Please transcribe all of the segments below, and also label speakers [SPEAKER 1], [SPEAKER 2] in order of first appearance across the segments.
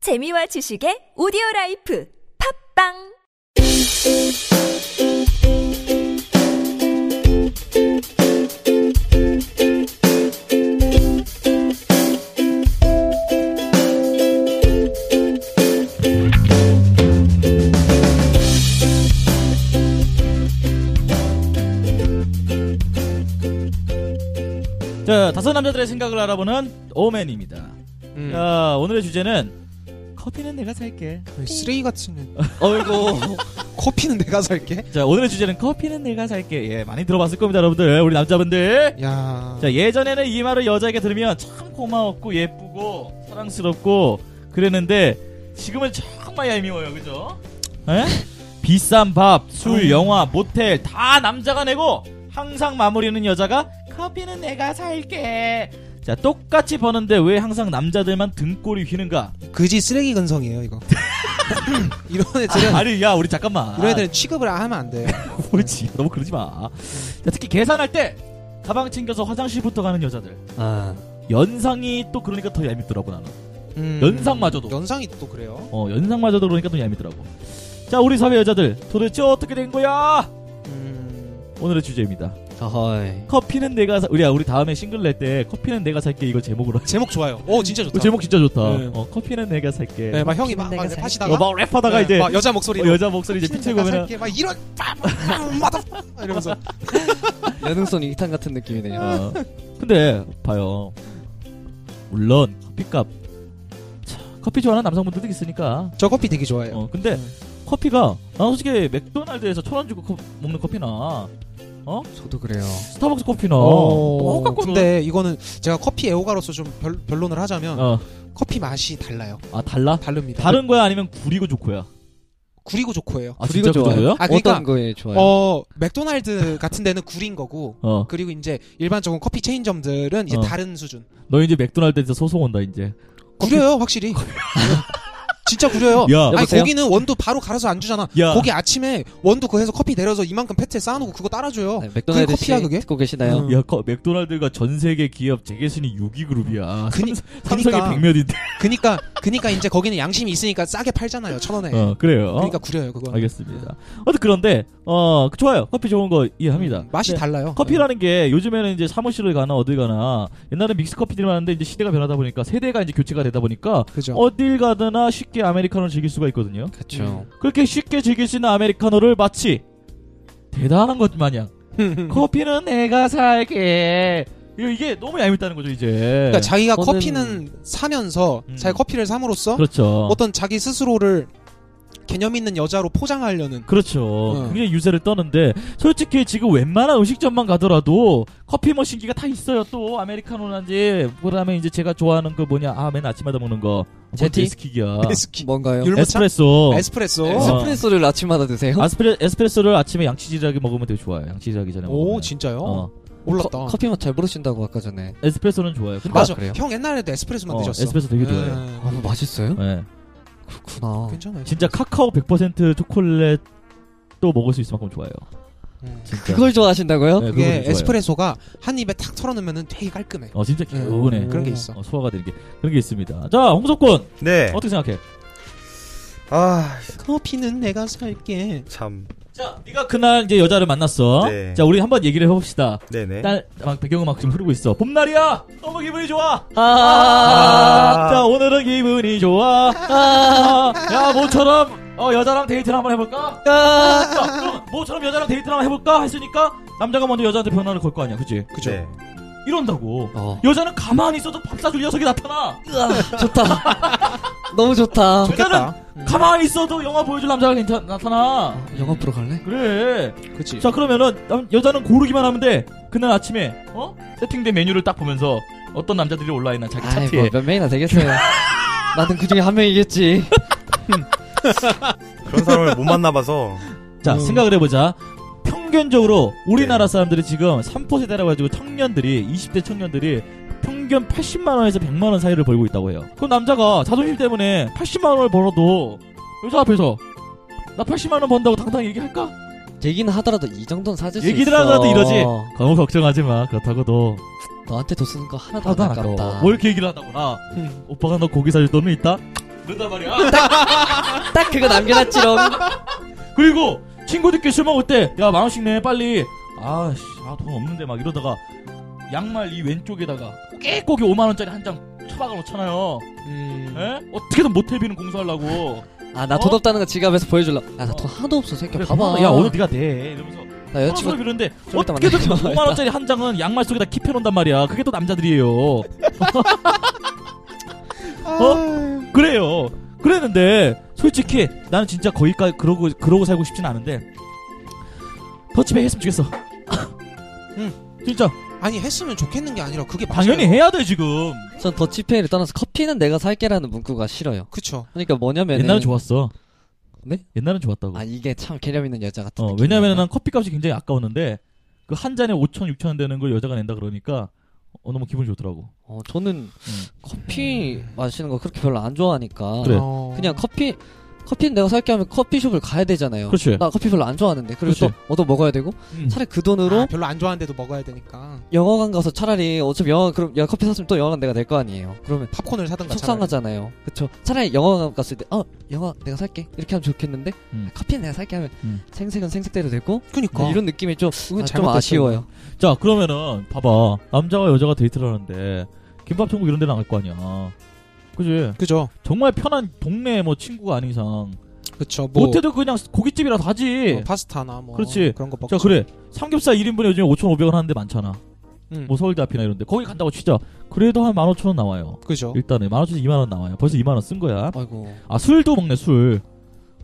[SPEAKER 1] 재미와 지식의 오디오 라이프 팝빵
[SPEAKER 2] 자, 다섯 남자들의 생각을 알아보는 오맨입니다.
[SPEAKER 3] 음.
[SPEAKER 2] 자, 오늘의 주제는 커피는 내가 살게.
[SPEAKER 1] 음.
[SPEAKER 3] 왜 쓰레기 같은
[SPEAKER 2] 어이고.
[SPEAKER 3] 커피는 내가 살게.
[SPEAKER 2] 자, 오늘의 주제는 커피는 내가 살게. 예, 많이 들어봤을 겁니다, 여러분들. 우리 남자분들.
[SPEAKER 3] 야.
[SPEAKER 2] 자, 예전에는 이 말을 여자에게 들으면 참 고마웠고 예쁘고 사랑스럽고 그랬는데 지금은 정말 얄미워요. 그죠? 예? 비싼 밥, 술, 영화, 모텔 다 남자가 내고 항상 마무리는 여자가 커피는 내가 살게. 자, 똑같이 버는데 왜 항상 남자들만 등골이 휘는가?
[SPEAKER 3] 그지 쓰레기 근성이에요 이거. 이런 애들은
[SPEAKER 2] 아니, 야, 우리 잠깐만.
[SPEAKER 3] 네. 이런 애들은 취급을 하면 안 돼요.
[SPEAKER 2] 뭐지? 너무 그러지 마. 자, 특히 계산할 때 가방 챙겨서 화장실부터 가는 여자들.
[SPEAKER 4] 아,
[SPEAKER 2] 연상이 또 그러니까 더 얄밉더라고 나는.
[SPEAKER 3] 음.
[SPEAKER 2] 연상마저도.
[SPEAKER 3] 연상이 또 그래요.
[SPEAKER 2] 어, 연상마저도 그러니까 또 얄밉더라고. 자, 우리 사회 여자들 도대체 어떻게 된 거야?
[SPEAKER 3] 음.
[SPEAKER 2] 오늘의 주제입니다.
[SPEAKER 4] 허이.
[SPEAKER 2] 커피는 내가 사, 우리야 우리 다음에 싱글 낼 때 커피는 내가 살게 이거 제목으로. 하자.
[SPEAKER 3] 제목 좋아요. 오 진짜
[SPEAKER 2] 어,
[SPEAKER 3] 좋다.
[SPEAKER 2] 제목 진짜 좋다.
[SPEAKER 3] 네.
[SPEAKER 2] 어, 커피는 내가 살게.
[SPEAKER 3] 네, 막 형이 막막
[SPEAKER 1] 내가 살게.
[SPEAKER 3] 랩하시다가
[SPEAKER 2] 어, 막 랩하다가
[SPEAKER 3] 네,
[SPEAKER 2] 이제
[SPEAKER 3] 막 여자 목소리로
[SPEAKER 2] 어, 여자 목소리 이제
[SPEAKER 3] 커피는
[SPEAKER 2] 피치고
[SPEAKER 3] 내가
[SPEAKER 2] 보면
[SPEAKER 3] 살게. 막 이런 빠마다 이러면서
[SPEAKER 4] 연능선 이기탄 같은 느낌이네요.
[SPEAKER 2] 어. 근데 봐요. 물론 커피값 차, 커피 좋아하는 남성분들도 있으니까.
[SPEAKER 3] 저 커피 되게 좋아해요.
[SPEAKER 2] 어, 근데 커피가 나 솔직히 맥도날드에서 천 원 주고 커- 먹는 커피나
[SPEAKER 4] 저도 그래요.
[SPEAKER 2] 스타벅스 커피나
[SPEAKER 3] 어,
[SPEAKER 2] 똑같거든.
[SPEAKER 3] 근데 이거는 제가 커피 애호가로서 좀 별, 변론을 하자면
[SPEAKER 2] 어.
[SPEAKER 3] 커피 맛이 달라요.
[SPEAKER 2] 아 달라?
[SPEAKER 3] 다릅니다.
[SPEAKER 2] 다른 거야 아니면 구리고 좋고야.
[SPEAKER 3] 구리고 좋고예요.
[SPEAKER 2] 아 진짜 그 정도야?
[SPEAKER 3] 아, 그러니까-
[SPEAKER 4] 어떤 거에 좋아요?
[SPEAKER 3] 어 맥도날드 같은 데는 구린 거고
[SPEAKER 2] 어.
[SPEAKER 3] 그리고 이제 일반적인 커피 체인점들은 이제
[SPEAKER 2] 어.
[SPEAKER 3] 다른 수준.
[SPEAKER 2] 너 이제 맥도날드에서 소송 온다 이제.
[SPEAKER 3] 구려요, 확실히. 진짜 구려요.
[SPEAKER 2] 야.
[SPEAKER 3] 아니
[SPEAKER 4] 여보세요?
[SPEAKER 3] 고기는 원두 바로 갈아서 안 주잖아.
[SPEAKER 2] 야.
[SPEAKER 3] 고기 아침에 원두 그해서 커피 내려서 이만큼 패트에 쌓아놓고 그거 따라줘요.
[SPEAKER 4] 네, 맥도날드
[SPEAKER 3] 그게 커피야,
[SPEAKER 4] 씨
[SPEAKER 3] 그게?
[SPEAKER 4] 듣고 계시나요?
[SPEAKER 3] 음.
[SPEAKER 2] 야, 커- 맥도날드가 전 세계 기업 재계순위 6위 그룹이야.
[SPEAKER 3] 그니-
[SPEAKER 2] 삼, 성이
[SPEAKER 3] 그니까.
[SPEAKER 2] 백몇인데.
[SPEAKER 3] 그니까 그니까 이제 거기는 양심이 있으니까 싸게 팔잖아요, 천 원에.
[SPEAKER 2] 어, 그래요.
[SPEAKER 3] 그러니까 구려요 그거.
[SPEAKER 2] 알겠습니다. 어쨌든 그런데 어 좋아요. 커피 좋은 거 이해합니다.
[SPEAKER 3] 음, 맛이
[SPEAKER 2] 네.
[SPEAKER 3] 달라요.
[SPEAKER 2] 커피라는 게 요즘에는 이제 사무실을 가나 어딜 가나 옛날에 믹스 커피들이 많은데 이제 시대가 변하다 보니까 세대가 이제 교체가 되다 보니까
[SPEAKER 3] 네. 그죠.
[SPEAKER 2] 어딜 가거나 쉽게 아메리카노를 즐길 수가 있거든요.
[SPEAKER 4] 그렇죠.
[SPEAKER 2] 그렇게 쉽게 즐길 수 있는 아메리카노를 마치 대단한 것 마냥
[SPEAKER 3] 그러니까
[SPEAKER 2] 커피는 내가 살게 이거 이게 너무 얄밉다는 거죠 이제.
[SPEAKER 3] 그러니까 자기가
[SPEAKER 4] 저는-
[SPEAKER 3] 커피는 사면서
[SPEAKER 2] 네. 음.
[SPEAKER 3] 자기 커피를 삼으로써
[SPEAKER 2] 그렇죠.
[SPEAKER 3] 어떤 자기 스스로를 개념 있는 여자로 포장하려는
[SPEAKER 2] 그렇죠.
[SPEAKER 3] 어.
[SPEAKER 2] 굉장히 유세를 떠는데 솔직히 지금 웬만한 음식점만 가더라도 커피 머신기가 다 있어요. 또 아메리카노라든지 그다음에 이제 제가 좋아하는 그 뭐냐 아 맨 아침마다 먹는 거
[SPEAKER 4] 제티?
[SPEAKER 2] 스키기야.
[SPEAKER 3] 그 에스키
[SPEAKER 4] 뭔가요? 네,
[SPEAKER 3] 율무차?
[SPEAKER 2] 에스프레소.
[SPEAKER 3] 에스프레소.
[SPEAKER 2] 에스-
[SPEAKER 4] 에스프레소를 아침마다 드세요?
[SPEAKER 2] 아스프레, 에스프레소를 아침에 양치질하게 먹으면 되게 좋아요. 양치질하기 전에
[SPEAKER 3] 오
[SPEAKER 2] 먹으면.
[SPEAKER 3] 진짜요?
[SPEAKER 2] 어.
[SPEAKER 3] 올랐다.
[SPEAKER 4] 커, 피맛잘 부르신다고 아까 전에.
[SPEAKER 2] 에스프레소는 좋아요. 근데
[SPEAKER 3] 맞아.
[SPEAKER 4] 아, 그래요?
[SPEAKER 3] 형 옛날에도 에스프레소만
[SPEAKER 2] 어,
[SPEAKER 3] 드셨어.
[SPEAKER 2] 에스프레소 되게 좋아해요.
[SPEAKER 3] 음,
[SPEAKER 4] 아, 맛있어요?
[SPEAKER 3] 예.
[SPEAKER 2] 네.
[SPEAKER 4] 그렇구나.
[SPEAKER 3] 괜찮아요.
[SPEAKER 2] 진짜 카카오 100% 초콜릿도 먹을 수 있을 만큼 좋아요.
[SPEAKER 3] 음.
[SPEAKER 2] 진짜.
[SPEAKER 4] 그걸 좋아하신다고요?
[SPEAKER 2] 네, 그거
[SPEAKER 3] 그게
[SPEAKER 2] 좋아요.
[SPEAKER 3] 에스프레소가 한 입에 탁 털어놓으면 되게 깔끔해.
[SPEAKER 2] 어 진짜 개운해.
[SPEAKER 3] 음, 그런 게 있어.
[SPEAKER 2] 어, 소화가 되는 게 그런 게 있습니다. 자 홍석권
[SPEAKER 5] 네.
[SPEAKER 2] 어떻게 생각해?
[SPEAKER 5] 아,
[SPEAKER 3] 커피는 내가 살게.
[SPEAKER 5] 참.
[SPEAKER 2] 자, 네가 그날 이제 여자를 만났어.
[SPEAKER 5] 네.
[SPEAKER 2] 자, 우리 한번 얘기를 해봅시다.
[SPEAKER 5] 네네.
[SPEAKER 2] 딸, 막 배경음악 지금 흐르고 있어. 봄날이야. 너무 기분이 좋아.
[SPEAKER 4] 아,
[SPEAKER 2] 아, 자, 오늘은 기분이 좋아. 아, 야, 모처럼 어, 여자랑 데이트를 한번 해볼까?
[SPEAKER 4] 아.
[SPEAKER 2] 자, 그럼 모처럼 여자랑 데이트를 한번 해볼까 했으니까 남자가 먼저 여자한테 변화를 걸 거 아니야, 그치
[SPEAKER 3] 그죠?
[SPEAKER 5] 네.
[SPEAKER 2] 이런다고.
[SPEAKER 4] 어,
[SPEAKER 2] 여자는 가만히 있어도 밥 사줄 녀석이 나타나.
[SPEAKER 4] 으아, 좋다. 너무 좋다.
[SPEAKER 3] 좋겠다.
[SPEAKER 2] 가만히 있어도 영화 보여줄 남자가 괜찮 나타나.
[SPEAKER 4] 영화 보러 갈래?
[SPEAKER 2] 그래.
[SPEAKER 3] 그치.
[SPEAKER 2] 자 그러면은 남- 여자는 고르기만 하면 돼 그날 아침에 어 세팅된 메뉴를 딱 보면서 어떤 남자들이 올라 있나 자기
[SPEAKER 4] 아이,
[SPEAKER 2] 차트에
[SPEAKER 4] 뭐, 몇 명이나 되겠어요. 나는 그 중에 한 명이겠지.
[SPEAKER 5] 그런 사람을 못 만나봐서.
[SPEAKER 2] 자
[SPEAKER 3] 음.
[SPEAKER 2] 생각을 해보자 평균적으로 우리나라
[SPEAKER 5] 네.
[SPEAKER 2] 사람들이 지금 3포 세대라고 해가지고 청년들이 20대 청년들이 평균 80만 원에서 100만 원 사이를 벌고 있다고 해요 그럼 남자가 자존심 때문에 80만 원을 벌어도 여자 앞에서 나 80만 원 번다고 당당히 얘기할까?
[SPEAKER 4] 얘기는 하더라도 이 정도는 사줄 수 있어.
[SPEAKER 2] 얘기들 하더라도 이러지. 너무 걱정하지 마 그렇다고 너
[SPEAKER 4] 너한테 돈 쓰는 거 하나도 안
[SPEAKER 2] 하다 나도
[SPEAKER 4] 아깝다.
[SPEAKER 2] 뭘 이렇게 얘기를 하다구나 오빠가 너 고기 사줄 돈은 있다? 너다 말이야.
[SPEAKER 4] 딱 그거 남겨놨지롱.
[SPEAKER 2] 그리고 친구들끼리 술 먹을 때 야 만 원씩 내 빨리 아씨 아, 돈 없는데 막 이러다가 양말 이 왼쪽에다가 꼬깃꼬깃 5만 원짜리 한 장 처박아 놓잖아요.
[SPEAKER 4] 음.
[SPEAKER 2] 에? 어떻게든 모텔비는 공수하려고.
[SPEAKER 4] 아 나 돈 없다는 거 지갑에서 보여줄라. 야 나 돈 하나도 없어 새끼.
[SPEAKER 2] 그래, 아,
[SPEAKER 4] 봐봐.
[SPEAKER 2] 야 오늘 네가 돼 이러면서
[SPEAKER 4] 나
[SPEAKER 2] 서로
[SPEAKER 4] 여자친구
[SPEAKER 2] 이러는데
[SPEAKER 4] 네, 좀 이따
[SPEAKER 2] 어떻게든
[SPEAKER 4] 만나요.
[SPEAKER 2] 5만 원짜리 한 장은 양말 속에다 킵해놓는단 말이야. 그게 또 남자들이에요.
[SPEAKER 3] 어?
[SPEAKER 2] 그래요. 그랬는데 솔직히 나는 진짜 거기까지 그러고 그러고 살고 싶진 않은데 더치백 했으면 좋겠어.
[SPEAKER 3] 응.
[SPEAKER 2] 진짜
[SPEAKER 3] 아니 했으면 좋겠는 게 아니라 그게 맞아요.
[SPEAKER 2] 당연히 해야 돼 지금.
[SPEAKER 4] 전 더치페이를 떠나서 커피는 내가 살게라는 문구가 싫어요.
[SPEAKER 3] 그쵸.
[SPEAKER 4] 그러니까 뭐냐면
[SPEAKER 2] 옛날은 좋았어.
[SPEAKER 4] 네?
[SPEAKER 2] 옛날은 좋았다고.
[SPEAKER 4] 아 이게 참 개념 있는 여자 같은.
[SPEAKER 2] 어,
[SPEAKER 4] 느낌이야.
[SPEAKER 2] 왜냐면은 난 커피값이 굉장히 아까웠는데 그 한 잔에 5천 6천 원 되는 걸 여자가 낸다 그러니까 어, 너무 기분 이 좋더라고.
[SPEAKER 4] 어, 저는 커피 마시는 거 그렇게 별로 안 좋아하니까.
[SPEAKER 2] 그래.
[SPEAKER 3] 어.
[SPEAKER 4] 그냥 커피 커피는 내가 살게 하면 커피숍을 가야 되잖아요.
[SPEAKER 2] 그렇지.
[SPEAKER 4] 나 커피 별로 안 좋아하는데 그리고
[SPEAKER 2] 그렇지.
[SPEAKER 4] 또 얻어 먹어야 되고
[SPEAKER 2] 음.
[SPEAKER 4] 차라리 그 돈으로
[SPEAKER 3] 아, 별로 안 좋아하는데도 먹어야 되니까
[SPEAKER 4] 영화관 가서 차라리 어차피 영화 그럼 야 커피 샀으면 또 영화관 내가 될 거 아니에요. 그러면
[SPEAKER 3] 팝콘을 사든가.
[SPEAKER 4] 속상하잖아요. 그쵸? 차라리 영화관 갔을 때, 어, 영화 내가 살게. 이렇게 하면 좋겠는데,
[SPEAKER 2] 음.
[SPEAKER 4] 커피는 내가 살게 하면
[SPEAKER 2] 음.
[SPEAKER 4] 생색은 생색대로 되고,
[SPEAKER 3] 그니까.
[SPEAKER 4] 뭐 이런 느낌이 좀, 아, 좀 아쉬워요.
[SPEAKER 2] 자 그러면은 봐봐 남자와 여자가 데이트를 하는데 김밥 천국 이런 데는 안 갈 거 아니야. 그지?
[SPEAKER 3] 그죠.
[SPEAKER 2] 정말 편한 동네 뭐 친구가 아닌 이상
[SPEAKER 3] 그쵸. 뭐
[SPEAKER 2] 못해도 그냥 고깃집이라도 하지.
[SPEAKER 3] 뭐 파스타나 뭐
[SPEAKER 2] 그렇지.
[SPEAKER 3] 그런 거 먹죠.
[SPEAKER 2] 자 그래 삼겹살 1인분에 요즘에 5,500원 하는데 많잖아.
[SPEAKER 3] 음.
[SPEAKER 2] 뭐 서울대 앞이나 이런데 거기 간다고 치자. 그래도 한 15,000원 나와요.
[SPEAKER 3] 그죠.
[SPEAKER 2] 일단은 15,000원 2만 원 나와요. 벌써 2만 원 쓴
[SPEAKER 3] 어?
[SPEAKER 2] 거야.
[SPEAKER 4] 아이고.
[SPEAKER 2] 아 술도 먹네 술.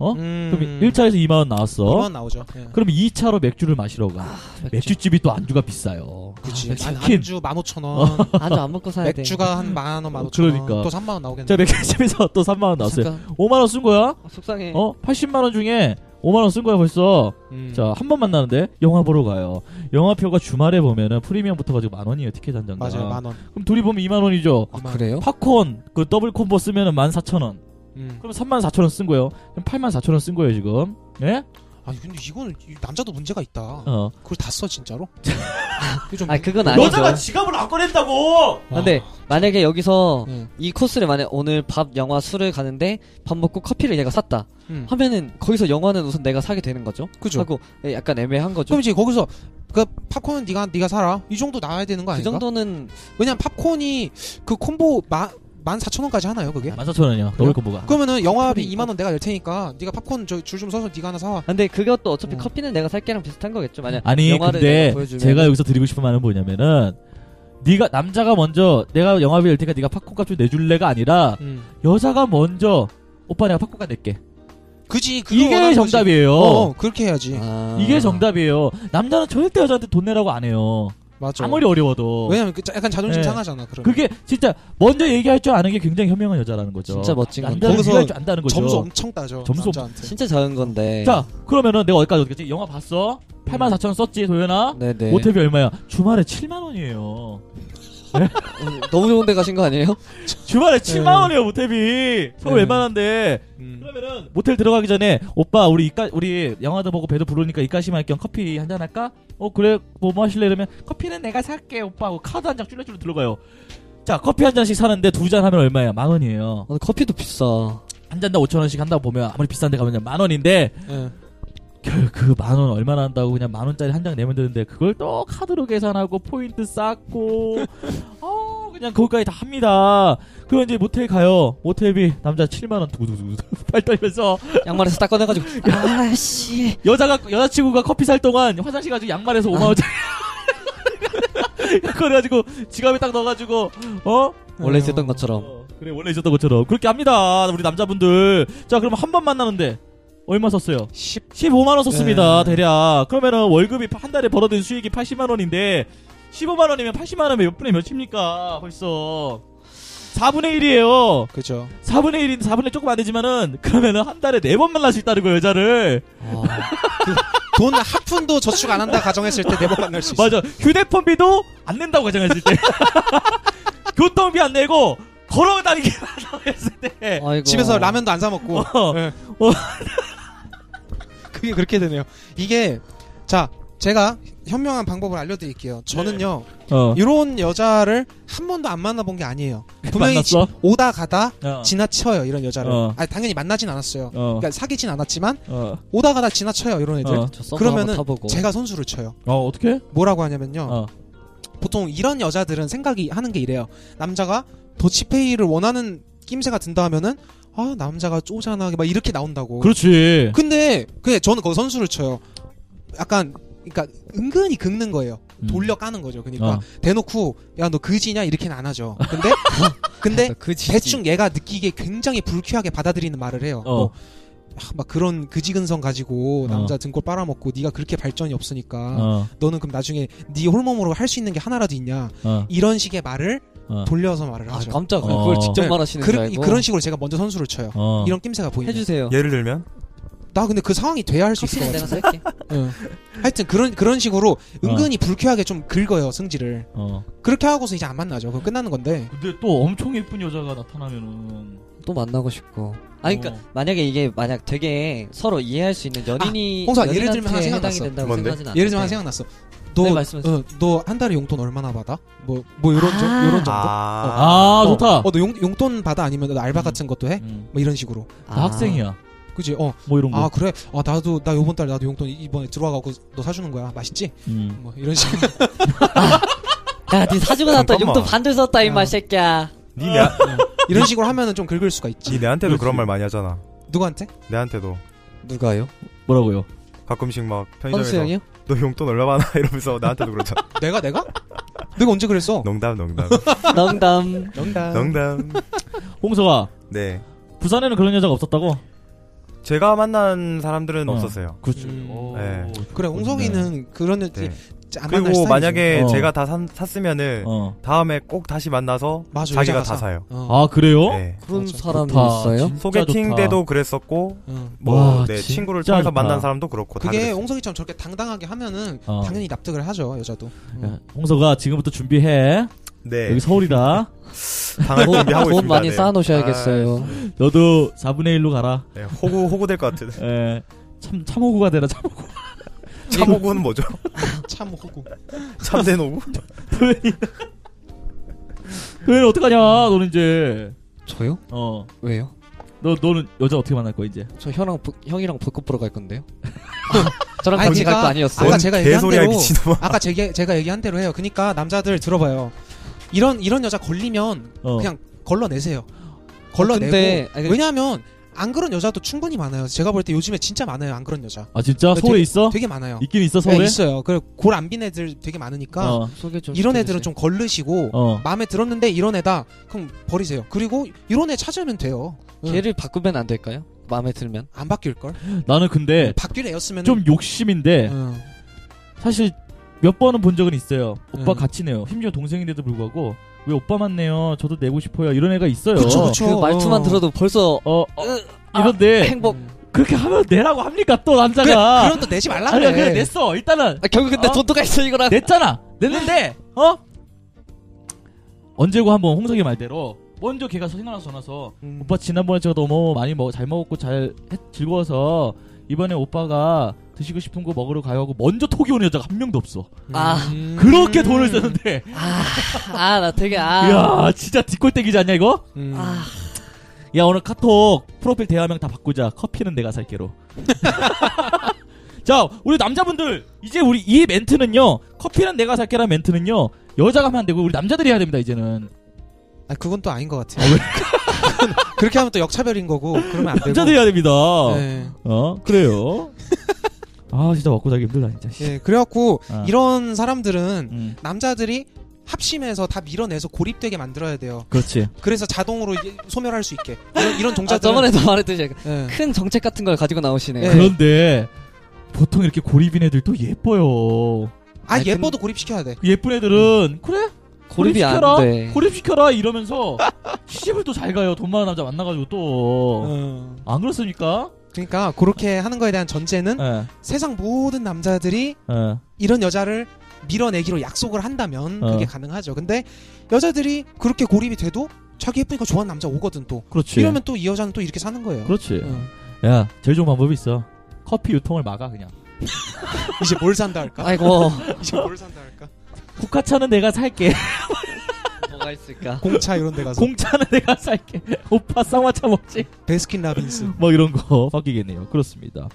[SPEAKER 2] 어?
[SPEAKER 3] 음.
[SPEAKER 2] 그럼 1차에서 2만 원 나왔어.
[SPEAKER 3] 그만 나오죠. 예.
[SPEAKER 2] 그럼 2차로 맥주를 마시러 가.
[SPEAKER 3] 아,
[SPEAKER 2] 맥주집이 또 안주가 비싸요.
[SPEAKER 3] 그치.
[SPEAKER 4] 아, 맥주.
[SPEAKER 2] 치킨.
[SPEAKER 3] 난
[SPEAKER 2] 어.
[SPEAKER 3] 안주 15,000원.
[SPEAKER 4] 안주 아, 안 먹고 사야 돼.
[SPEAKER 3] 맥주가 한 만원, 만오천
[SPEAKER 2] 그러니까.
[SPEAKER 3] 원. 또 3만원 나오겠네.
[SPEAKER 2] 자 맥주집에서 또 3만 원 나왔어요.
[SPEAKER 4] 잠깐.
[SPEAKER 2] 5만 원 쓴 거야?
[SPEAKER 4] 아, 속상해.
[SPEAKER 2] 어? 80만 원 중에 5만 원 쓴 거야 벌써.
[SPEAKER 3] 음.
[SPEAKER 2] 자, 한 번 만나는데 영화 보러 가요. 영화표가 주말에 보면은 프리미엄부터 가지고 만 원이에요, 티켓 한 장당.
[SPEAKER 3] 맞아요. 만원.
[SPEAKER 2] 그럼 둘이 보면 2만 원이죠.
[SPEAKER 4] 아, 그래요?
[SPEAKER 2] 팝콘 그 더블 콤보 쓰면은 14,000원.
[SPEAKER 3] 음.
[SPEAKER 2] 그럼 34,000원 쓴 거예요. 그럼 84,000원 쓴 거예요, 지금. 예?
[SPEAKER 3] 아니 근데 이거는 이 남자도 문제가 있다.
[SPEAKER 2] 어.
[SPEAKER 3] 그걸 다 써 진짜로? 이거 좀
[SPEAKER 4] 아,
[SPEAKER 3] 문-
[SPEAKER 4] 그건 아니죠. 아,
[SPEAKER 2] 지갑을 안 꺼낸다고.
[SPEAKER 3] 와.
[SPEAKER 4] 근데 만약에 여기서
[SPEAKER 3] 어. 음.
[SPEAKER 4] 이 코스를 만약 오늘 밥, 영화, 술을 가는데 밥 먹고 커피를 얘가 샀다
[SPEAKER 3] 음.
[SPEAKER 4] 하면은 거기서 영화는 우선 내가 사게 되는 거죠.
[SPEAKER 3] 그죠.
[SPEAKER 4] 하고 예, 약간 애매한 거죠.
[SPEAKER 3] 그럼 이제 거기서 그 팝콘은 네가 네가 사라. 이 정도 나와야 되는 거
[SPEAKER 4] 그
[SPEAKER 3] 아닌가?
[SPEAKER 4] 정도는
[SPEAKER 3] 왜냐면 팝콘이 그 콤보 만 14,000원까지 하나요, 그게?
[SPEAKER 2] 아, 14,000원이야. 더블 콤보가.
[SPEAKER 3] 그러면은 영화비
[SPEAKER 4] 팝콘이
[SPEAKER 3] 2만 원 내가 낼 테니까 네가 팝콘 저 줄 좀 서서 네가 하나 사 와.
[SPEAKER 4] 아, 근데 그것도 어차피
[SPEAKER 3] 음.
[SPEAKER 4] 커피는 내가 살 게랑 비슷한 거겠죠. 만약
[SPEAKER 2] 아니,
[SPEAKER 4] 영화를
[SPEAKER 2] 근데
[SPEAKER 4] 내가 보여주면
[SPEAKER 2] 제가 여기서 드리고 싶은 말은 뭐냐면은 네가 남자가 먼저 내가 영화비 낼 테니까 네가 팝콘값 좀 내줄래가 아니라
[SPEAKER 4] 음.
[SPEAKER 2] 여자가 먼저 오빠 내가 팝콘값 낼게.
[SPEAKER 3] 그지 그거
[SPEAKER 2] 이게
[SPEAKER 3] 원하는 거지.
[SPEAKER 2] 정답이에요.
[SPEAKER 3] 어, 그렇게 해야지.
[SPEAKER 4] 아.
[SPEAKER 2] 이게 정답이에요. 남자는 절대 여자한테 돈 내라고 안 해요.
[SPEAKER 3] 맞아.
[SPEAKER 2] 아무리 어려워도.
[SPEAKER 3] 왜냐면 그 자- 약간 자존심
[SPEAKER 2] 네.
[SPEAKER 3] 상하잖아. 그러면
[SPEAKER 2] 그게 진짜 먼저 얘기할 줄 아는 게 굉장히 현명한 여자라는 거죠.
[SPEAKER 4] 진짜 멋진 건데.
[SPEAKER 2] 남자는
[SPEAKER 3] 거기서
[SPEAKER 2] 얘기할 줄 안다는 거죠.
[SPEAKER 3] 점수 엄청 따져.
[SPEAKER 2] 점수 엄청-
[SPEAKER 3] 남자한테.
[SPEAKER 4] 진짜 작은 건데.
[SPEAKER 2] 자, 그러면은 내가 어디까지 어디까지 영화 봤어? 8만 4천 원 썼지, 도현아?
[SPEAKER 4] 네네.
[SPEAKER 2] 모텔비 얼마야? 주말에 7만 원이에요.
[SPEAKER 4] 음, 너무 좋은데 가신 거 아니에요?
[SPEAKER 2] 주말에 7만 원이에요, 모텔비. 서울
[SPEAKER 3] 네.
[SPEAKER 2] 웬만한데.
[SPEAKER 3] 음.
[SPEAKER 2] 그러면은 모텔 들어가기 전에 오빠 우리 이까 우리 영화도 보고 배도 부르니까 이까시만 할 겸 커피 한 잔 할까? 어 그래 뭐 마실래 이러면 커피는 내가 살게 오빠 하고 카드 한 장 줄줄줄 들어가요. 자 커피 한 잔씩 사는데 두 잔 하면 얼마야? 만 원이에요.
[SPEAKER 4] 어, 커피도 비싸.
[SPEAKER 2] 한 잔당 5천 원씩 한다고 보면 아무리 비싼데 가면 그냥 만 원인데
[SPEAKER 3] 예.
[SPEAKER 2] 그만원 얼마나 한다고 그냥 만 원짜리 한 장 내면 되는데 그걸 또 카드로 계산하고 포인트 쌓고 어 그냥 거기까지 다 합니다. 그럼 이제 모텔 가요. 모텔비 남자 7만 원 두두두 팔 떨면서
[SPEAKER 4] 양말에서 딱 꺼내가지고 아씨.
[SPEAKER 2] 여자가 여자친구가 커피 살 동안 화장실 가지고 양말에서 5만 원짜리 그래가지고 지갑에 딱 넣어가지고 어?
[SPEAKER 3] 음.
[SPEAKER 4] 원래 있었던 것처럼.
[SPEAKER 2] 어, 그래 원래 있었던 것처럼 그렇게 합니다 우리 남자분들 자 그럼 한 번 만나는데 얼마 썼어요?
[SPEAKER 3] 10
[SPEAKER 2] 15만 원 썼습니다
[SPEAKER 3] 네.
[SPEAKER 2] 대략 그러면은 월급이 한 달에 벌어든 수익이 80만 원인데 15만 원이면 80만 원이면 몇 분의 몇입니까 벌써 4분의 1이에요
[SPEAKER 3] 그죠.
[SPEAKER 2] 4분의 1인 4분의 조금 안 되지만은 그러면은 한 달에 네 번 만날 수 있다는 거예요 여자를
[SPEAKER 4] 아,
[SPEAKER 3] 돈 한 푼도 저축 안 한다 가정했을 때 네번 만날 수 있어.
[SPEAKER 2] 맞아. 휴대폰비도 안 낸다고 가정했을 때. 교통비 안 내고 걸어다니기만 하고 했을 때.
[SPEAKER 4] 아이고.
[SPEAKER 3] 집에서 라면도 안 사 먹고.
[SPEAKER 2] 어.
[SPEAKER 3] 예.
[SPEAKER 2] 어.
[SPEAKER 3] 그게 그렇게 되네요. 이게 자 제가 현명한 방법을 알려드릴게요. 저는요
[SPEAKER 2] 어.
[SPEAKER 3] 이런 여자를 한 번도 안 만나본 게 아니에요. 분명히 지-
[SPEAKER 2] 만났어?
[SPEAKER 3] 오다 가다
[SPEAKER 2] 어.
[SPEAKER 3] 지나쳐요 이런 여자를.
[SPEAKER 2] 어.
[SPEAKER 3] 아 당연히 만나진 않았어요.
[SPEAKER 2] 어.
[SPEAKER 3] 그러니까 사귀진 않았지만
[SPEAKER 2] 어.
[SPEAKER 3] 오다 가다 지나쳐요 이런 애들.
[SPEAKER 4] 아,
[SPEAKER 2] 어.
[SPEAKER 3] 그러면은
[SPEAKER 4] 타보고.
[SPEAKER 3] 제가 선수를 쳐요.
[SPEAKER 2] 어, 어떻게?
[SPEAKER 3] 뭐라고 하냐면요.
[SPEAKER 2] 어.
[SPEAKER 3] 보통 이런 여자들은 생각이 하는 게 이래요. 남자가 도치페이를 원하는 낌새가 든다 하면은 아 남자가 쪼잔하게 막 이렇게 나온다고.
[SPEAKER 2] 그렇지.
[SPEAKER 3] 근데 그냥 저는 거기 선수를 쳐요. 약간 그러니까 은근히 긁는 거예요.
[SPEAKER 2] 음.
[SPEAKER 3] 그 돌려 까는 거죠. 그러니까
[SPEAKER 2] 어.
[SPEAKER 3] 대놓고 야 너 그지냐 이렇게는 안 하죠. 근데 근데
[SPEAKER 4] 그 지지.
[SPEAKER 3] 대충 얘가 느끼기에 굉장히 불쾌하게 받아들이는 말을 해요.
[SPEAKER 2] 어.
[SPEAKER 3] 뭐, 아, 막 그런 그지근성 가지고 남자
[SPEAKER 2] 어.
[SPEAKER 3] 등골 빨아먹고 네가 그렇게 발전이 없으니까
[SPEAKER 2] 어.
[SPEAKER 3] 너는 그럼 나중에 네 홀몸으로 할 수 있는 게 하나라도 있냐
[SPEAKER 2] 어.
[SPEAKER 3] 이런 식의 말을
[SPEAKER 2] 어.
[SPEAKER 3] 돌려서 말을
[SPEAKER 4] 아
[SPEAKER 3] 하죠.
[SPEAKER 4] 깜짝.
[SPEAKER 2] 어.
[SPEAKER 4] 그걸 직접
[SPEAKER 3] 네.
[SPEAKER 4] 말하시는 줄
[SPEAKER 3] 그,
[SPEAKER 4] 알고.
[SPEAKER 3] 그런 식으로 제가 먼저 선수를 쳐요.
[SPEAKER 2] 어.
[SPEAKER 3] 이런 낌새가 보이죠.
[SPEAKER 4] 해주세요.
[SPEAKER 5] 예를 들면
[SPEAKER 3] 나 근데 그 상황이 돼야 할 수 있을
[SPEAKER 4] 커피는
[SPEAKER 3] 것
[SPEAKER 4] 내가
[SPEAKER 3] 같아.
[SPEAKER 4] 살게.
[SPEAKER 3] 응. 하여튼 그런 그런
[SPEAKER 4] 어.
[SPEAKER 3] 식으로 은근히 불쾌하게 좀 긁어요 승질을.
[SPEAKER 2] 어.
[SPEAKER 3] 그렇게 하고서 이제 안 만나죠. 그럼 끝나는 건데.
[SPEAKER 2] 근데 또 엄청 예쁜 여자가 나타나면은
[SPEAKER 4] 또 만나고 싶고. 아니 그러니까
[SPEAKER 2] 어.
[SPEAKER 4] 만약에 이게 만약 되게 서로 이해할 수 있는 연인이
[SPEAKER 3] 아, 홍사, 예를
[SPEAKER 4] 연인한테
[SPEAKER 3] 들면 하나 생각났어.
[SPEAKER 4] 해당이 된다고
[SPEAKER 5] 뭔데?
[SPEAKER 4] 생각하진 않
[SPEAKER 3] 예를 들면 하나 생각났어. 너,
[SPEAKER 4] 아, 네, 말씀하세요.
[SPEAKER 3] 어, 너한 달에 용돈 얼마나 받아? 뭐, 뭐, 요런, 정-
[SPEAKER 4] 아.
[SPEAKER 3] 요런 정도?
[SPEAKER 2] 아,
[SPEAKER 3] 어,
[SPEAKER 2] 좋다.
[SPEAKER 3] 어, 너 용, 용돈 받아? 아니면 너 알바 같은 것도 해?
[SPEAKER 2] 음.
[SPEAKER 3] 뭐 이런 식으로.
[SPEAKER 2] 나 학생이야.
[SPEAKER 3] 그지? 어.
[SPEAKER 2] 뭐
[SPEAKER 5] 음.
[SPEAKER 2] 이런 거.
[SPEAKER 3] 아, 그래? 아, 나도, 나 요번 달 나도 용돈 이번에 들어와갖고 너 사주는 거야. 맛있지?
[SPEAKER 2] 음.
[SPEAKER 3] 뭐, 이런 식으로.
[SPEAKER 4] 야, 네 사주고 나왔다.
[SPEAKER 5] 잠깐만.
[SPEAKER 4] 용돈 반들 썼다
[SPEAKER 3] 아.
[SPEAKER 4] 임마 새끼야.
[SPEAKER 5] 니, 내,
[SPEAKER 3] 이런 식으로 하면은 좀 긁을 수가 있지.
[SPEAKER 5] 니 내한테도
[SPEAKER 2] 그렇지.
[SPEAKER 5] 그런 말 많이 하잖아
[SPEAKER 3] 누구한테?
[SPEAKER 5] 내한테도
[SPEAKER 4] 누가요?
[SPEAKER 2] 뭐라고요?
[SPEAKER 5] 가끔씩 막
[SPEAKER 4] 헌수
[SPEAKER 5] 편의점에서
[SPEAKER 4] 형이요?
[SPEAKER 5] 너 용돈 얼마나 이러면서 나한테도 그러잖아
[SPEAKER 3] 내가, 내가? 내가 언제 그랬어?
[SPEAKER 5] 농담 농담
[SPEAKER 4] 농담.
[SPEAKER 3] 농담.
[SPEAKER 5] 농담
[SPEAKER 2] 홍서가
[SPEAKER 5] 네
[SPEAKER 2] 부산에는 그런 여자가 없었다고?
[SPEAKER 5] 제가 만난 사람들은
[SPEAKER 2] 어.
[SPEAKER 5] 없었어요
[SPEAKER 2] 그렇죠.
[SPEAKER 3] 음.
[SPEAKER 2] 오.
[SPEAKER 5] 네.
[SPEAKER 3] 그래, 홍석이는 그런,
[SPEAKER 5] 네.
[SPEAKER 3] 네. 안 만날
[SPEAKER 5] 그리고
[SPEAKER 3] 스타일이지.
[SPEAKER 5] 만약에
[SPEAKER 2] 어.
[SPEAKER 5] 제가 다 산-
[SPEAKER 3] 네.
[SPEAKER 5] 샀으면은
[SPEAKER 2] 어.
[SPEAKER 5] 다음에 꼭 다시 만나서
[SPEAKER 3] 맞아, 여자가
[SPEAKER 5] 자기가 다
[SPEAKER 3] 사.
[SPEAKER 5] 사요
[SPEAKER 3] 어.
[SPEAKER 2] 아 그래요?
[SPEAKER 5] 네.
[SPEAKER 4] 그런
[SPEAKER 3] 맞아.
[SPEAKER 4] 사람이
[SPEAKER 2] 좋다.
[SPEAKER 4] 있어요?
[SPEAKER 2] 진짜
[SPEAKER 5] 소개팅
[SPEAKER 2] 좋다.
[SPEAKER 5] 때도 그랬었고
[SPEAKER 3] 어.
[SPEAKER 5] 뭐
[SPEAKER 2] 와,
[SPEAKER 5] 네,
[SPEAKER 2] 진짜
[SPEAKER 5] 친구를 통해서
[SPEAKER 2] 좋다.
[SPEAKER 5] 만난 사람도 그렇고 다
[SPEAKER 3] 그게
[SPEAKER 5] 그랬어요.
[SPEAKER 3] 홍석이처럼 저렇게 당당하게 하면은
[SPEAKER 2] 어.
[SPEAKER 3] 당연히 납득을 하죠, 여자도. 음.
[SPEAKER 2] 야, 홍서가 지금부터 준비해.
[SPEAKER 5] 네.
[SPEAKER 2] 여기 서울이다.
[SPEAKER 5] 당할
[SPEAKER 4] 돈,
[SPEAKER 5] 준비하고
[SPEAKER 4] 돈 뭐,
[SPEAKER 5] 있습니다.
[SPEAKER 4] 많이
[SPEAKER 5] 네.
[SPEAKER 4] 쌓아놓으셔야겠어요.
[SPEAKER 2] 너도 4분의 1로 가라.
[SPEAKER 5] 아, 네, 호구 호구 될 것 같은.
[SPEAKER 2] 에, 참 참호구가 되라 참호구.
[SPEAKER 5] 참호구는 뭐죠?
[SPEAKER 3] 참 호구.
[SPEAKER 5] 참된 호구?
[SPEAKER 2] 도현이. 도현이 어떡하냐? 너는 이제
[SPEAKER 4] 저요?
[SPEAKER 2] 어.
[SPEAKER 4] 왜요?
[SPEAKER 2] 너 너는 여자 어떻게 만날 거야 이제?
[SPEAKER 4] 저 형이랑 부, 형이랑 벚꽃 보러 갈 건데요. 저랑
[SPEAKER 3] 아니,
[SPEAKER 4] 같이 갈
[SPEAKER 3] 제가-
[SPEAKER 4] 거 아니었어요?
[SPEAKER 3] 아까 제가 얘기한
[SPEAKER 5] 개소리야
[SPEAKER 3] 대로
[SPEAKER 5] 미친놈아.
[SPEAKER 3] 아까 제가, 제가 얘기한 대로 해요. 그러니까 남자들 들어봐요. 이런 이런 여자 걸리면
[SPEAKER 2] 어.
[SPEAKER 3] 그냥 걸러내세요. 걸러내고
[SPEAKER 4] 근데- 아니, 근데-
[SPEAKER 3] 왜냐하면 안 그런 여자도 충분히 많아요. 제가 볼 때 요즘에 진짜 많아요. 안 그런 여자
[SPEAKER 2] 아 진짜
[SPEAKER 3] 되게-
[SPEAKER 2] 서울에 있어?
[SPEAKER 3] 되게 많아요.
[SPEAKER 2] 있긴 있어
[SPEAKER 3] 네,
[SPEAKER 2] 서울에.
[SPEAKER 3] 있어요. 그리고 골안 빈 애들 되게 많으니까
[SPEAKER 2] 어.
[SPEAKER 4] 소개 좀
[SPEAKER 3] 이런
[SPEAKER 4] 시켜주세요.
[SPEAKER 3] 애들은 좀 걸르시고
[SPEAKER 2] 어.
[SPEAKER 3] 마음에 들었는데 이런 애다 그럼 버리세요. 그리고 이런 애 찾으면 돼요. 응.
[SPEAKER 4] 걔를 바꾸면 안 될까요? 마음에 들면
[SPEAKER 3] 안 바뀔 걸. 음,
[SPEAKER 2] 나는 근데
[SPEAKER 3] 바뀔 애였으면
[SPEAKER 2] 좀 예. 욕심인데 사실 몇 번은 본 적은 있어요. 오빠
[SPEAKER 3] 음.
[SPEAKER 2] 같이 내요. 심지어 동생인데도 불구하고 왜 오빠 만내요? 저도 내고 싶어요. 이런 애가 있어요.
[SPEAKER 3] 그쵸
[SPEAKER 4] 그
[SPEAKER 3] 그쵸.
[SPEAKER 4] 말투만
[SPEAKER 3] 어.
[SPEAKER 4] 들어도 아, 네. 벌써
[SPEAKER 2] 어, 어,
[SPEAKER 4] 으,
[SPEAKER 2] 이런데
[SPEAKER 4] 행복.
[SPEAKER 2] 그렇게 하면 내라고 합니까 또
[SPEAKER 3] 그래,
[SPEAKER 2] 남자가?
[SPEAKER 3] 그럼 뭐, 또 내지 말라
[SPEAKER 2] 아니
[SPEAKER 3] 그래.
[SPEAKER 2] 그냥 냈어. 일단은
[SPEAKER 4] 아, 결국 근데
[SPEAKER 2] 어?
[SPEAKER 4] 돈도가 있어 네? 이거랑.
[SPEAKER 2] 냈잖아. 냈는데 어 언제고 한번 홍석이 말대로 먼저 걔가 생각나서 전화서
[SPEAKER 3] 음.
[SPEAKER 2] 오빠 지난번에 제가 너무 많이 먹, 잘 먹었고 잘 했- 즐거워서 이번에 오빠가 드시고 싶은 거 먹으러 가요 하고 먼저 톡이 오는 여자가 한 명도 없어.
[SPEAKER 4] 아.
[SPEAKER 3] 음.
[SPEAKER 2] 그렇게 돈을 썼는데
[SPEAKER 4] 아 나 되게 아.
[SPEAKER 2] 이야 진짜 뒷골대기지 않냐 이거?
[SPEAKER 3] 음.
[SPEAKER 4] 아.
[SPEAKER 2] 야 오늘 카톡 프로필 대화명 다 바꾸자 커피는 내가 살게로 자 우리 남자분들 이제 우리 이 멘트는요 커피는 내가 살게라는 멘트는요 여자가 하면 안 되고 우리 남자들이 해야 됩니다 이제는
[SPEAKER 3] 아, 그건 또 아닌 것 같아요. 그건- 그렇게 하면 또 역차별인 거고 그러면 안 되고.
[SPEAKER 2] 남자들이 해야 됩니다
[SPEAKER 3] 네.
[SPEAKER 2] 어 그래요 아 진짜 먹고 살기 힘들다 진짜 씨.
[SPEAKER 3] 예, 그래갖고
[SPEAKER 2] 아.
[SPEAKER 3] 이런 사람들은
[SPEAKER 2] 음,
[SPEAKER 3] 남자들이 합심해서 다 밀어내서 고립되게 만들어야 돼요.
[SPEAKER 2] 그렇지
[SPEAKER 3] 그래서 자동으로 이게 소멸할 수 있게 이런, 예. 이런
[SPEAKER 4] 아,
[SPEAKER 3] 동작들.
[SPEAKER 4] 저번에도 그 말했듯이 약간 큰 정책 같은 걸 가지고 나오시네요.
[SPEAKER 3] 네.
[SPEAKER 2] 그런데 보통 이렇게 고립인 애들 또 예뻐요
[SPEAKER 3] 아
[SPEAKER 4] 아니,
[SPEAKER 3] 예뻐도 고립시켜야 돼.
[SPEAKER 2] 그 예쁜 애들은 그래
[SPEAKER 4] 고립이 안
[SPEAKER 2] 고립시켜라.
[SPEAKER 4] 돼.
[SPEAKER 2] 고립시켜라 이러면서 시집을 또 잘 가요 돈 많은 남자 만나가지고 또
[SPEAKER 3] 어.
[SPEAKER 2] 안 그렇습니까?
[SPEAKER 3] 그러니까 그렇게 하는 거에 대한 전제는
[SPEAKER 2] 예,
[SPEAKER 3] 세상 모든 남자들이
[SPEAKER 2] 예.
[SPEAKER 3] 이런 여자를 밀어내기로 약속을 한다면
[SPEAKER 2] 어.
[SPEAKER 3] 그게 가능하죠. 근데 여자들이 그렇게 고립이 돼도 자기 예쁘니까 좋아하는 남자 오거든 또.
[SPEAKER 2] 그렇지.
[SPEAKER 3] 이러면 또 이 여자는 또 이렇게 사는 거예요.
[SPEAKER 2] 그렇지.
[SPEAKER 3] 어.
[SPEAKER 2] 야, 제일 좋은 방법이 있어. 커피 유통을 막아 그냥.
[SPEAKER 3] 이제 뭘 산다 할까?
[SPEAKER 4] 아이고
[SPEAKER 3] 이제 뭘 산다 할까?
[SPEAKER 2] 국화차는 내가 살게.
[SPEAKER 4] 뭐가 있을까?
[SPEAKER 3] 공차 이런 데 가서
[SPEAKER 2] 공차는 내가 살게. 오빠 쌍화차 먹지.
[SPEAKER 3] 베스킨 라빈스.
[SPEAKER 2] 뭐 이런 거 바뀌겠네요. 그렇습니다.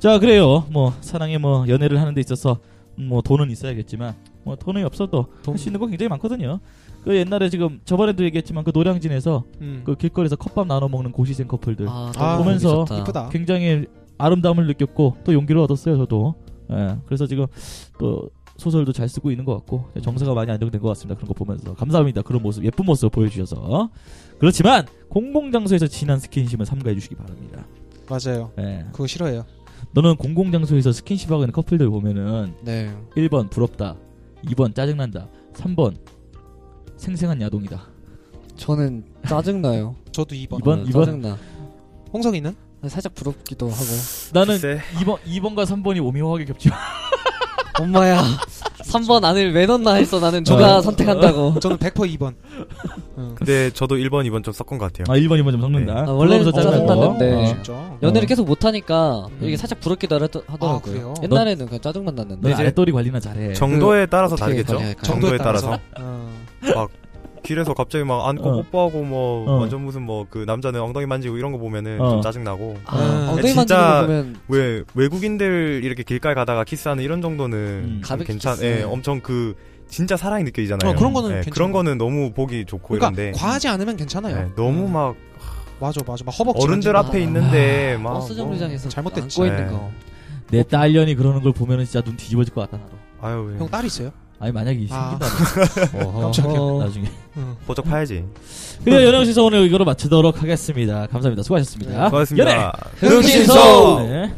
[SPEAKER 2] 자 그래요. 뭐 사랑에 뭐 연애를 하는 데 있어서 뭐 돈은 있어야겠지만 뭐 돈이 없어도
[SPEAKER 3] 돈.
[SPEAKER 2] 할 수 있는 거 굉장히 많거든요. 그 옛날에 지금 저번에도 얘기했지만 그 노량진에서
[SPEAKER 3] 음.
[SPEAKER 2] 그 길거리에서 컵밥 나눠 먹는 고시생 커플들
[SPEAKER 4] 아,
[SPEAKER 3] 아,
[SPEAKER 4] 너무
[SPEAKER 2] 보면서
[SPEAKER 4] 좋다.
[SPEAKER 3] 이쁘다.
[SPEAKER 2] 굉장히 아름다움을 느꼈고 또 용기를 얻었어요 저도. 예. 그래서 지금 또 소설도 잘 쓰고 있는 것 같고 정서가 많이 안정된 것 같습니다. 그런 거 보면서 감사합니다. 그런 모습 예쁜 모습 보여주셔서 그렇지만 공공장소에서 진한 스킨십은 삼가해 주시기 바랍니다.
[SPEAKER 3] 그- 맞아요.
[SPEAKER 2] 예.
[SPEAKER 3] 그거 싫어해요.
[SPEAKER 2] 너는 공공장소에서 스킨십하고 있는 커플들 보면은
[SPEAKER 4] 네.
[SPEAKER 2] 1번 부럽다 2번 짜증난다 3번 생생한 야동이다
[SPEAKER 4] 저는 짜증나요.
[SPEAKER 3] 저도 2번.
[SPEAKER 2] 이번?
[SPEAKER 4] 네,
[SPEAKER 2] 이번?
[SPEAKER 4] 짜증나.
[SPEAKER 3] 홍석이는?
[SPEAKER 4] 살짝 부럽기도 하고.
[SPEAKER 2] 나는
[SPEAKER 5] 글쎄.
[SPEAKER 2] 2번, 2번과 3번이 오묘하게 겹쳐
[SPEAKER 4] 엄마야. 3번 안을 왜 넣나 했어. 나는 누가
[SPEAKER 2] 어.
[SPEAKER 4] 선택한다고.
[SPEAKER 3] 저는 100% 2번. 응.
[SPEAKER 5] 근데 저도 1번, 2번 좀 섞은 것 같아요.
[SPEAKER 2] 아 1번 2번 좀 섞는다
[SPEAKER 5] 네.
[SPEAKER 4] 아, 원래는
[SPEAKER 2] 부러워서 짜증나고.
[SPEAKER 4] 짜증났는데. 네.
[SPEAKER 2] 어.
[SPEAKER 3] 아, 진짜.
[SPEAKER 4] 연애를 계속 못하니까
[SPEAKER 3] 음.
[SPEAKER 4] 이게 살짝 부럽기도 하더-
[SPEAKER 3] 아,
[SPEAKER 4] 하더라고요.
[SPEAKER 3] 그래요?
[SPEAKER 4] 옛날에는 그냥 짜증만 났는데.
[SPEAKER 2] 넌 아랫도리 관리나 잘해
[SPEAKER 5] 정도에 따라서
[SPEAKER 4] 어떻게
[SPEAKER 5] 다르겠죠?
[SPEAKER 4] 관리할까요?
[SPEAKER 5] 정도에 따라서.
[SPEAKER 3] 어.
[SPEAKER 5] 길에서 갑자기 막 안고
[SPEAKER 2] 어.
[SPEAKER 5] 뽀뽀하고 뭐
[SPEAKER 2] 어.
[SPEAKER 5] 완전 무슨 뭐 그 남자는 엉덩이 만지고 이런 거 보면은
[SPEAKER 2] 어.
[SPEAKER 5] 좀 짜증나고.
[SPEAKER 4] 아, 엉덩이
[SPEAKER 5] 진짜-
[SPEAKER 4] 만지는 거 보면
[SPEAKER 5] 왜 외국인들 이렇게 길가에 가다가 키스하는 이런 정도는
[SPEAKER 2] 음.
[SPEAKER 5] 좀
[SPEAKER 4] 가볍게
[SPEAKER 5] 괜찮,
[SPEAKER 4] 키스.
[SPEAKER 5] 예, 엄청 그 진짜 사랑이 느껴지잖아요.
[SPEAKER 3] 어, 그런 거는
[SPEAKER 5] 예,
[SPEAKER 3] 괜찮아요.
[SPEAKER 5] 그런 거는 너무 보기 좋고
[SPEAKER 3] 그러니까
[SPEAKER 5] 이런데
[SPEAKER 3] 과하지 않으면 괜찮아요.
[SPEAKER 5] 예, 너무
[SPEAKER 3] 음.
[SPEAKER 5] 막
[SPEAKER 3] 맞아 맞아. 막 허벅지
[SPEAKER 5] 어른들
[SPEAKER 3] 만지고.
[SPEAKER 5] 앞에 있는데 막
[SPEAKER 4] 아,
[SPEAKER 5] 뭐.
[SPEAKER 4] 버스 정류장에서
[SPEAKER 3] 잘못됐지.
[SPEAKER 4] 안고 있는
[SPEAKER 5] 아, 네.
[SPEAKER 4] 거.
[SPEAKER 2] 내 딸년이 그러는 걸 보면 은 진짜 눈 뒤집어질 것 같다 나도
[SPEAKER 5] 뭐, 아유 예.
[SPEAKER 3] 형 딸 있어요?
[SPEAKER 2] 아니 만약에
[SPEAKER 3] 아.
[SPEAKER 2] 생긴다
[SPEAKER 3] 깜짝이야.
[SPEAKER 2] 나중에
[SPEAKER 3] 응.
[SPEAKER 5] 보적 파야지.
[SPEAKER 2] 그래 연애신서 오늘 이거로 마치도록 하겠습니다 감사합니다 수고하셨습니다
[SPEAKER 5] 네, 고맙습니다.
[SPEAKER 2] 연애
[SPEAKER 5] 흥신소!
[SPEAKER 2] 네.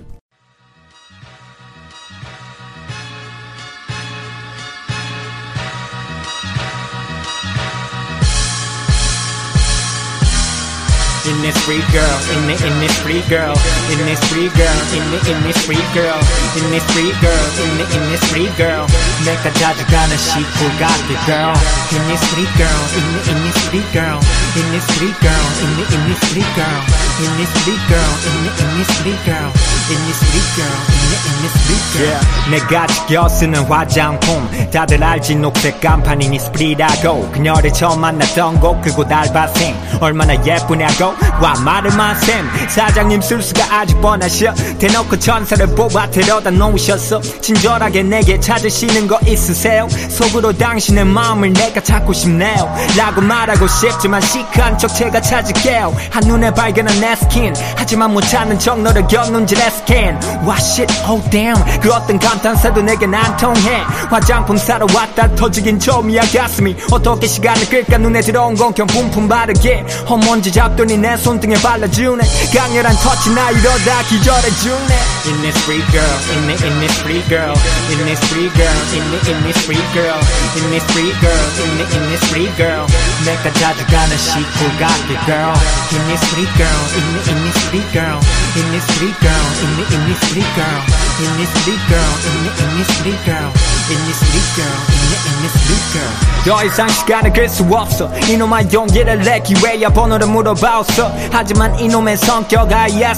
[SPEAKER 6] in this free girl, in the in this free girl, in this free girl, in the in this free girl, in this free girl, in the in this free girl. 내가 자주 가는 시골 가게 girl, in this free girl, in the in this free girl, in this free girl, in the in this free girl, in this free girl, in the in this free girl, in this free girl, in the in this free girl. 내가 즐겨 쓰는 화장품 다들 알지 녹색 간판이니 스프리라고 그녀를 처음 만났던 곳 그곳 알바생 얼마나 예쁘냐고 와 말을 마셈 사장님 술수가 아주 뻔하셔 대놓고 천사를 뽑아 데려다 놓으셨어 친절하게 내게 찾으시는 거 있으세요 속으로 당신의 마음을 내가 찾고 싶네요 라고 말하고 싶지만 시크한 척 제가 찾을게요 한눈에 발견한 내 스킨 하지만 못 찾는 척 너를 겪는지 내 스킨 와 shit oh damn 그 어떤 감탄사도 내겐 안 통해 화장품 사러 왔다 터지긴 처음이야 가슴이 어떻게 시간을 끌까 눈에 들어온 건 경품품 바르게 헛먼지 잡더니 내 손등에 발라주네 강렬한 터치 나 이러다 기절해주네 In this free girl In the in this free girl In this free girl In the in this free girl In this free girl In the in this free girl 내가 자주 가는 시골 가게 girl In this free girl In the in this free girl In this free girl In the in this free girl In this free girl In the in this free girl In this free girl In the in this free girl 더 이상 시간을 끌 수 없어 이놈아 용기를 내 기회야 번호를 물어봐왔어 하지만 이놈의 성격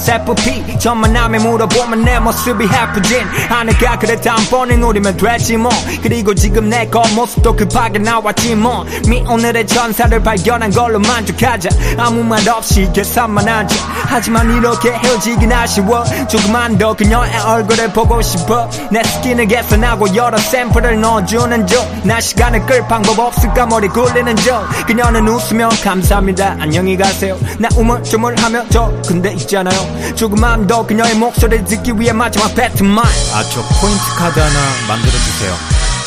[SPEAKER 6] ISFP 전만 남에 물어보면 내 모습이 해프진 아내가 그래 다음번에 노리면 되지 뭐 그리고 지금 내 겉모습도 급하게 나왔지 뭐미 오늘의 전사를 발견한 걸로 만족하자 아무 말 없이 계산만 하자 하지만 이렇게 헤어지긴 아쉬워 조금만 더 그녀의 얼굴을 보고 싶어 내 스킨을 개선하고 여러 샘플을 넣어주는 중나 시간을 끌 방법 없을까 머리 굴리는 중 그녀는 웃으며 감사합니다 안녕히 가세요 나 우물쭈물하며 저 근데 있잖아요 조금만 더 그녀의 목소리를 듣기 위해 마지막 배트만
[SPEAKER 5] 아저 포인트 카드 하나 만들어 주세요.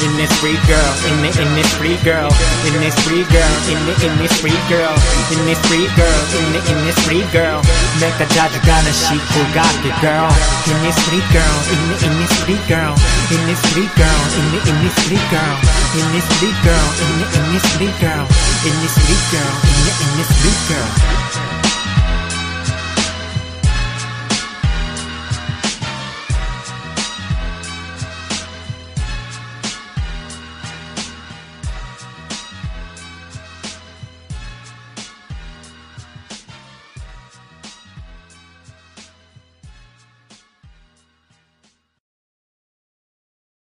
[SPEAKER 6] In this free girl, in the in this free girl, in this free girl, in the in this free girl, in this free girl, in the in this free girl. 내가 자주 가는 시골 가게 girl. In this free girl, in the in this free girl, in this free girl, in the in this free girl, in this free girl, in the in this free girl, in this free girl, in the in this free girl.